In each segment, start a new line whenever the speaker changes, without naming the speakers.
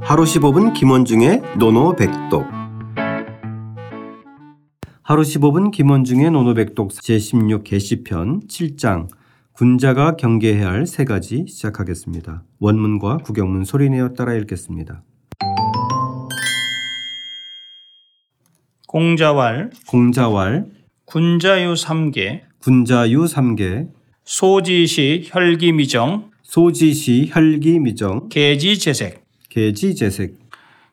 하루 15분 김원중의 노노백독 하루 15분 김원중의 노노백독 제16 게시편 7장 군자가 경계해야 할 세 가지 시작하겠습니다. 원문과 구경문 소리내어 따라 읽겠습니다.
공자왈
공자왈
군자유 3개
군자유 3개
소지시 혈기미정
소지시 혈기미정
계지재색
계지재색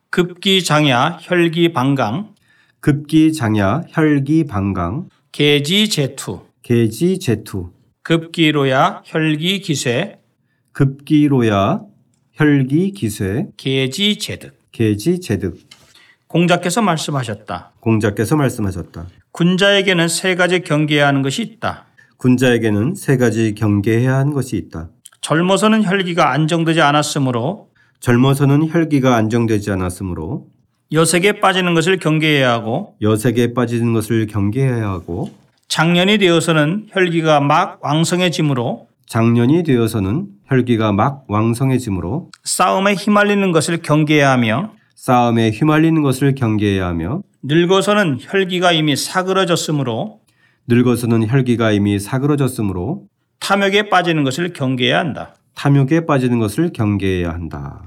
급기장야 혈기방강
급기장야 혈기방강
계지재투
계지재투
급기로야 혈기기세
급기로야 혈기기쇠
계지재득
계지재득
공자께서 말씀하셨다.
공자께서 말씀하셨다.
군자에게는 세 가지 경계해야 하는 것이 있다.
군자에게는 세 가지 경계해야 하는 것이 있다.
젊어서는 혈기가 안정되지 않았으므로
젊어서는 혈기가 안정되지 않았으므로
여색에 빠지는 것을 경계해야 하고
여색에 빠지는 것을 경계해야 하고
장년이 되어서는 혈기가 막 왕성해지므로
장년이 되어서는 혈기가 막 왕성해지므로
싸움에 휘말리는 것을 경계해야 하며
싸움에 휘말리는 것을 경계해야 하며
늙어서는 혈기가 이미 사그러졌으므로
늙어서는 혈기가 이미 사그러졌으므로
탐욕에 빠지는 것을 경계해야 한다.
탐욕에 빠지는 것을 경계해야 한다.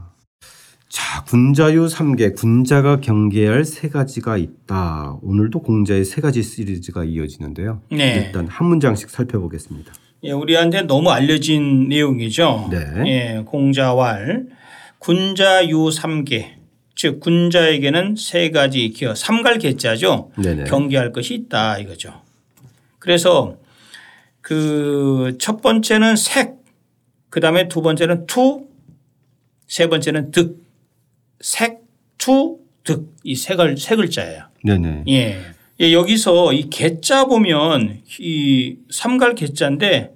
자, 군자유 3개, 군자가 경계할 세 가지가 있다. 오늘도 공자의 세 가지 시리즈가 이어지는데요.
네.
일단 한 문장씩 살펴보겠습니다.
예, 우리한테 너무 알려진 내용이죠.
네.
예, 공자왈 군자유 삼계즉 군자에게는 세 가지 기어 삼갈계자죠.
네네.
경계할 것이 있다 이거죠. 그래서 그 첫 번째는 색, 그 다음에 두 번째는 투, 세 번째는 득, 색, 투, 득 이 세 글, 세 글자예요.
네네.
예. 예, 여기서 이 개자 보면 이 삼갈 개자인데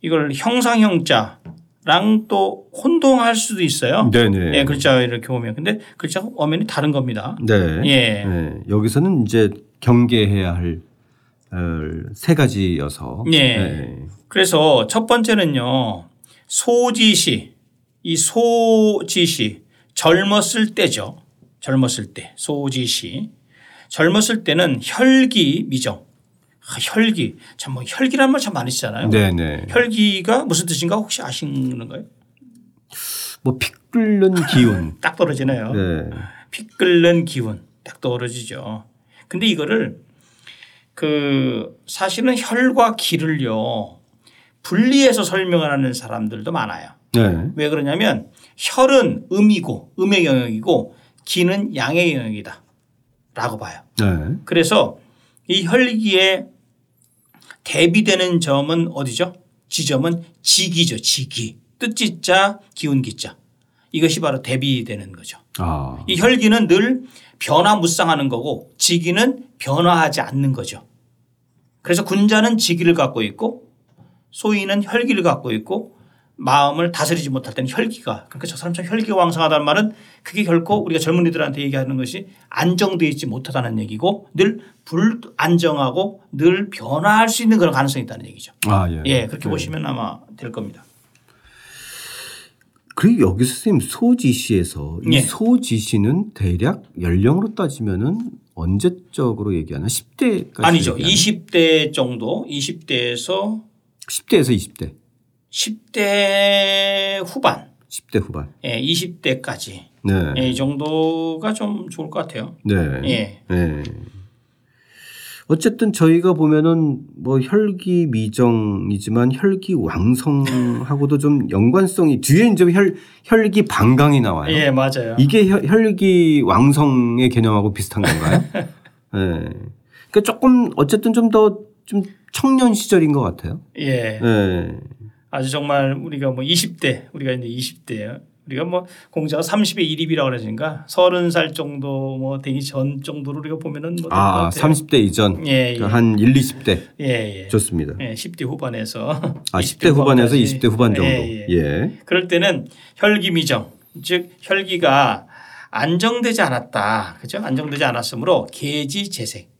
이걸 형상형자랑 또 혼동할 수도 있어요.
네네.
예, 글자 이렇게 보면 근데 글자가 엄연히 다른 겁니다.
네.
예.
네. 여기서는 이제 경계해야 할 세 가지여서.
예.
네.
그래서 첫 번째는요 소지시 이 소지시 젊었을 때죠. 젊었을 때 소지시 젊었을 때는 혈기 미정 아, 혈기 참 뭐 혈기란 말 참 많이 쓰잖아요.
네네.
혈기가 무슨 뜻인가 혹시 아시는 거예요?
뭐 피 끓는 기운.
딱 떨어지네요.
네.
피 끓는 기운 딱 떨어지죠. 근데 이거를 그 사실은 혈과 기를요 분리해서 설명하는 사람들도 많아요.
네.
왜 그러냐면 혈은 음이고 음의 영역이고 기는 양의 영역이다라고 봐요.
네.
그래서 이 혈기에 대비되는 점은 어디죠? 지점은 지기죠. 지기. 뜻지자 기운기자. 이것이 바로 대비되는 거죠.
아.
이 혈기는 늘 변화무쌍하는 거고 지기는 변화하지 않는 거죠. 그래서 군자는 지기를 갖고 있고 소인은 혈기를 갖고 있고 마음을 다스리지 못할 때는 혈기가 그러니까 저 사람 참 혈기왕성하다는 말은 그게 결코 우리가 젊은이들한테 얘기하는 것이 안정되어 있지 못하다는 얘기고 늘 불안정하고 늘 변화할 수 있는 그런 가능성이 있다는 얘기죠.
아, 예.
예, 그렇게 보시면 아마 될 겁니다.
그리고 여기 선생님 소지시에서 이
예.
소지시는 대략 연령으로 따지면은 언제적으로 얘기하나? 10대까지
아니죠. 20대 정도, 20대에서
10대에서 20대.
10대 후반,
10대 후반.
예, 20대까지
네.
예, 이 정도가 좀 좋을 것 같아요.
네.
예.
네. 어쨌든 저희가 보면은 뭐 혈기 미정이지만 혈기 왕성하고도 좀 연관성이 뒤에 이제 혈 혈기 방강이 나와요.
예, 맞아요.
이게 혈, 혈기 왕성의 개념하고 비슷한 건가요? 예. 그러니까 조금 어쨌든 좀 더 좀 청년 시절인 것 같아요.
예.
예.
아주 정말 우리가 뭐 20대, 우리가 이제 20대예요. 우리가 뭐 공자가 30의 1입이라고 그러니까 30살 정도 뭐 되기 전 정도로 우리가 보면은 뭐될것
아,
같아요.
30대 이전
예, 예.
그러니까 한 1, 20대
예, 예.
좋습니다.
예, 10대 후반에서
아,
20대
10대 후반에서
후반까지.
20대 후반 정도.
예, 예.
예.
그럴 때는 혈기미정, 즉 혈기가 안정되지 않았다. 그죠? 안정되지 않았으므로 계지 재생.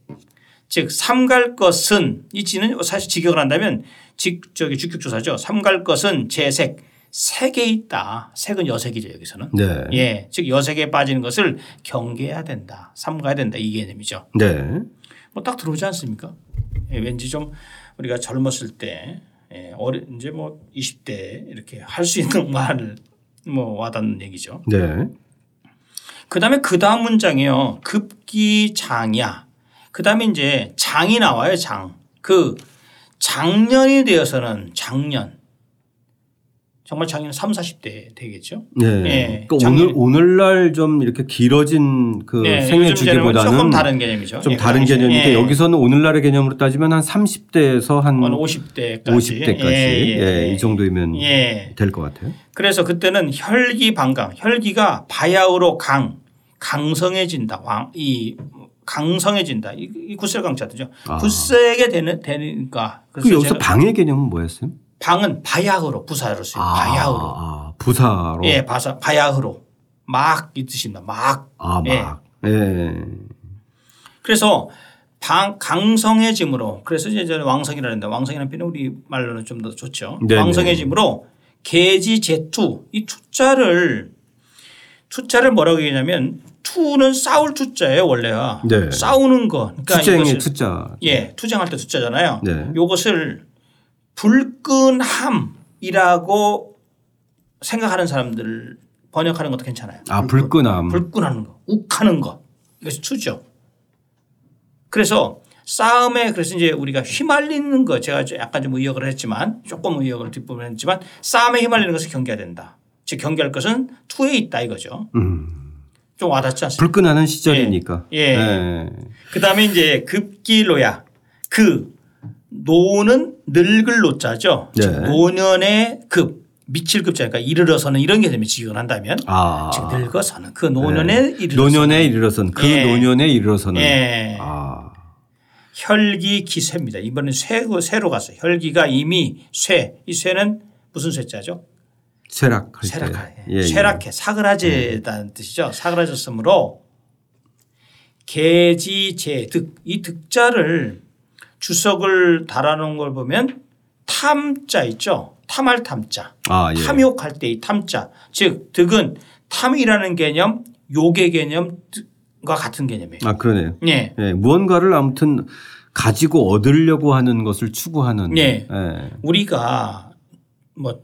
즉 삼갈 것은 이 지는 사실 직역을 한다면 직 저기 직격조사죠. 삼갈 것은 재색, 색에 있다. 색은 여색이죠 여기서는.
네.
예, 즉 여색에 빠지는 것을 경계해야 된다. 삼가야 된다. 이 개념이죠.
네.
뭐 딱 들어오지 않습니까? 예, 왠지 좀 우리가 젊었을 때 예, 어리, 이제 뭐 20대 이렇게 할 수 있는 말을 뭐 와닿는 얘기죠.
네.
그다음에 그다음 문장이요. 급기 장이야. 그다음에 이제 장이 나와요, 장. 그 작년이 되어서는 작년. 정말 작년 3, 40대 되겠죠?
네.
예,
그러니까
작년에. 네,
오늘 오늘날 좀 이렇게 길어진 그 생애
요즘 개념은
주기보다는
조금 다른 개념이죠.
좀
예, 그
다른
당시에.
개념인데
예.
여기서는 오늘날의 개념으로 따지면 한 30대에서 한
한 50대까지.
50대까지 예, 이 정도이면
예.
될 것 같아요.
그래서 그때는 혈기 방강. 혈기가 바야흐로 강, 강성해진다. 왕, 이 강성해진다. 이, 이 구슬 강자죠.
아.
굳세게 되는 되니까.
그
그래서
여기서
제가
방의 개념은 뭐였어요?
방은 바야흐로 부사로 써요. 바야흐로.
아, 부사로.
예, 바사 바야흐로 막 이 뜻입니다. 막.
아, 막. 예.
그래서 방 강성해짐으로 그래서 이제 저는 왕성이라는데 왕성이라는 표현 우리 말로는 좀 더 좋죠.
네네.
왕성해짐으로 계지 제투 이 투자를 투자를 뭐라고 얘기냐면 투는 싸울 투자예요 원래가
네.
싸우는 거. 그러니까
투쟁의
이것을
투자.
예 투쟁할 때 투자잖아요.
네.
요것을 불끈함이라고 생각하는 사람들 번역하는 것도 괜찮아요.
아, 불끈함.
불끈하는 거, 욱하는 거 이것이 투죠. 그래서 싸움에 그래서 이제 우리가 휘말리는 거 제가 좀 약간 좀 의역을 했지만 조금 의역을 뒷부분 했지만 싸움에 휘말리는 것을 경계해야 된다. 즉 경계할 것은 투에 있다 이거죠.
음.
좀 와닿지 않습니까?
불끈하는 시절이니까.
예. 예. 그다음에 이제 급기로야 그 노는 늙을 노자죠.
네.
즉 노년의 급 미칠 급자니까 그러니까 이르러서는 이런 개념이 지원한다면
아.
즉 늙어서는 그 노년에 이르러
노년에 이르러선 그
예.
노년에 이르러서는
예.
아.
혈기 기세입니다. 이번엔 쇠고 쇠로 갔어요. 혈기가 이미 쇠. 이 쇠는 무슨 쇠자죠?
쇠락할
쇠락해.
때. 예, 예.
쇠락해. 사그라지다는 뜻이죠. 사그라졌으므로 계지제 득. 이 득자를 주석을 달아놓은 걸 보면 탐자 있죠. 탐할 탐자.
아, 예.
탐욕할 때 이 탐자. 즉 득은 탐이라는 개념 욕의 개념과 같은 개념이에요.
아, 그러네요.
예.
예. 무언가를 아무튼 가지고 얻으려고 하는 것을 추구하는
예.
예.
우리가 뭐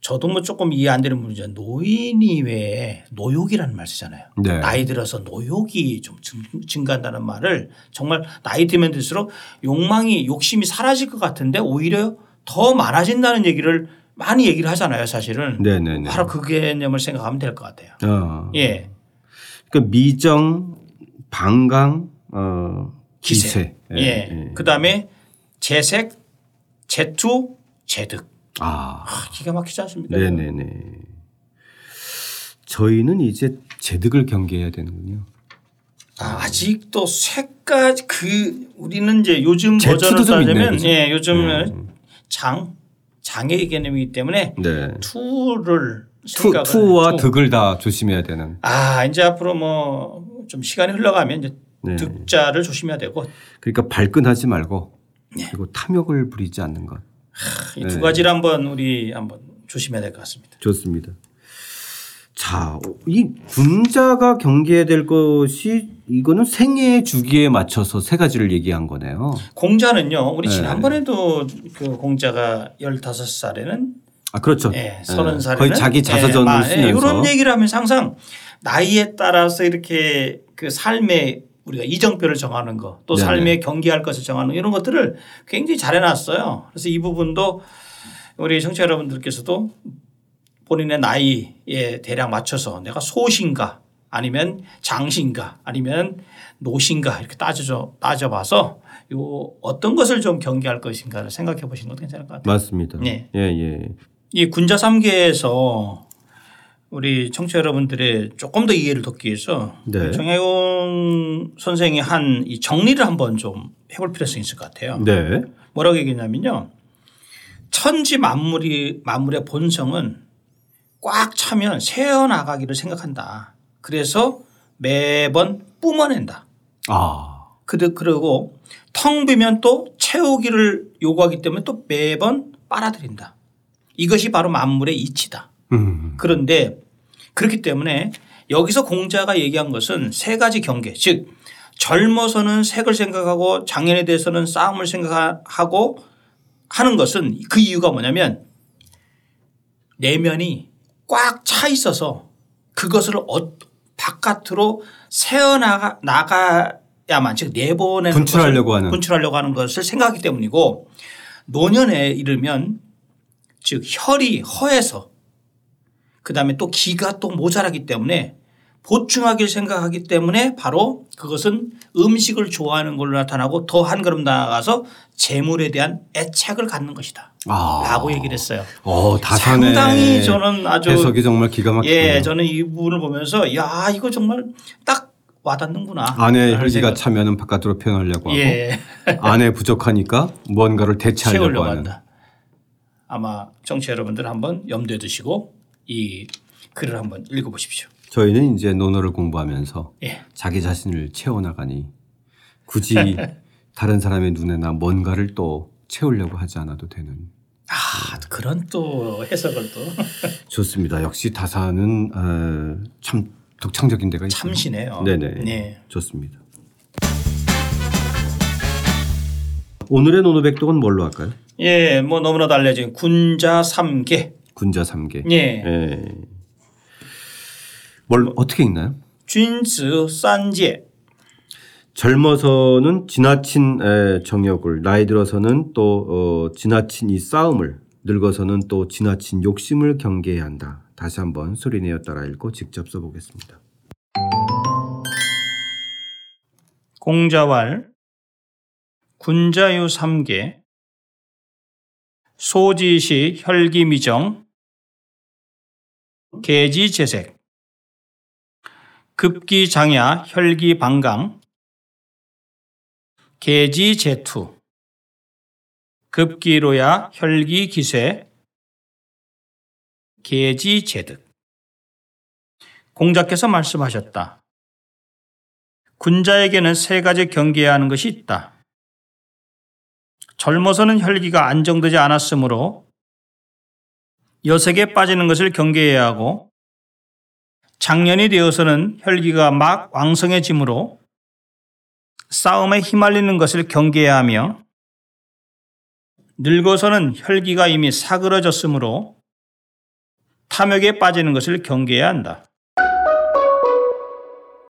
저도 뭐 조금 이해 안 되는 부분이죠. 노인이 왜 노욕이라는 말 쓰잖아요.
네.
나이 들어서 노욕이 좀 증- 증가한다는 말을 정말 나이 들면 들수록 욕망이 욕심이 사라질 것 같은데 오히려 더 많아진다는 얘기를 많이 얘기를 하잖아요. 사실은
네, 네, 네.
바로 그 개념을 생각하면 될 것 같아요.
어.
예,
그러니까 미정, 방강, 어, 기세.
예.
네.
그 다음에 재색, 재투, 재득.
아.
아, 기가 막히지 않습니까?
네, 네, 네. 저희는 이제 제득을 경계해야 되는군요.
아, 아직도 쇠까지 그 우리는 이제 요즘
제트도
버전을
좀 있네,
따르면
그죠? 음.
예 요즘 은장 장애 개념이기 때문에
네.
투를
투,
생각을
투와
투.
득을 다 조심해야 되는.
아 이제 앞으로 뭐 좀 시간이 흘러가면 이제
네.
득자를 조심해야 되고
그러니까 발끈하지 말고
네.
그리고 탐욕을 부리지 않는 것.
이
네.
두 가지를 한번 우리 한번 조심해야 될 것 같습니다.
좋습니다. 자, 이 군자가 경계해야 될 것이 이거는 생애 주기에 맞춰서 세 가지를 얘기한 거네요.
공자는요 우리
네.
지난번에도 그 공자가 15살에는
아, 그렇죠.
예, 서른 네,
예,
살에는
거의 자기 자서전을
예,
쓰면서
이런 얘기를 하면 항상 나이에 따라서 이렇게 그 삶의 우리가 이정표를 정하는 거, 또
네네.
삶의 경계할 것을 정하는 이런 것들을 굉장히 잘해놨어요. 그래서 이 부분도 우리 청취자 여러분들께서도 본인의 나이에 대략 맞춰서 내가 소신가 아니면 장신가 아니면 노신가 이렇게 따져 따져봐서 요 어떤 것을 좀 경계할 것인가를 생각해 보시는 것도 괜찮을 것 같아요.
맞습니다.
네.
예, 예.
이 군자 3계에서 우리 청취자 여러분들의 조금 더 이해를 돕기 위해서
네.
정혜용 선생이 한 이 정리를 한번 좀 해볼 필요성이 있을 것 같아요.
네.
뭐라고 얘기했냐면요. 천지 만물이 만물의 본성은 꽉 차면 새어나가기를 생각한다. 그래서 매번 뿜어낸다.
아,
그드- 그리고 텅 비면 또 채우기를 요구하기 때문에 또 매번 빨아들인다. 이것이 바로 만물의 이치다.
음.
그런데 그렇기 때문에 여기서 공자가 얘기한 것은 세 가지 경계 즉 젊어서는 색을 생각하고 장년에 대해서는 싸움을 생각하고 하는 것은 그 이유가 뭐냐면 내면이 꽉 차 있어서 그것을 어- 바깥으로 새어나가 나가야만 즉 내보내는
분출하려고
것을-
하는.
분출하려고 하는 것을 생각하기 때문이고 노년에 이르면 즉 혈이 허해서 그다음에 또 기가 또 모자라기 때문에 보충하길 생각하기 때문에 바로 그것은 음식을 좋아하는 걸로 나타나고 더 한 걸음 나아가서 재물에 대한 애착을 갖는 것이다.
아.
라고 얘기를 했어요.
어, 다산의
상당히 저는 아주
해석이 정말 기가 막히네요.
예, 저는 이 부분을 보면서 야, 이거 정말 딱 와닿는구나.
안에
라는
혈기가
생각.
차면은 바깥으로 표현하려고 하고
예,
안에 부족하니까 무언가를 대체하려고
채우려고
하는.
한다. 아마 정치 여러분들 한번 염두에 두시고 이 글을 한번 읽어 보십시오.
저희는 이제 논어를 공부하면서
예.
자기 자신을 채워나가니 굳이 다른 사람의 눈에나 뭔가를 또 채우려고 하지 않아도 되는.
아, 그런 또 해석을 또
좋습니다. 역시 다산은 어, 참 독창적인 데가 있어요.
참신해요.
네네.
네.
좋습니다. 오늘의 노노백독은 뭘로 할까요?
예, 뭐 너무나도 알려진 군자 삼계
군자 삼계
예.
예. 뭘 어떻게 읽나요?
준스 산제
젊어서는 지나친 에, 정욕을 나이 들어서는 또 어, 지나친 이 싸움을 늙어서는 또 지나친 욕심을 경계해야 한다. 다시 한번 소리내어 따라 읽고 직접 써보겠습니다.
공자왈 군자유 3개 소지시 혈기미정 계지재색 급기장야 혈기방강 계지재투 급기로야 혈기기세 계지재득 공자께서 말씀하셨다. 군자에게는 세 가지 경계해야 하는 것이 있다. 젊어서는 혈기가 안정되지 않았으므로 여색에 빠지는 것을 경계해야 하고 장년이 되어서는 혈기가 막 왕성해지므로 싸움에 휘말리는 것을 경계해야 하며 늙어서는 혈기가 이미 사그러졌으므로 탐욕에 빠지는 것을 경계해야 한다.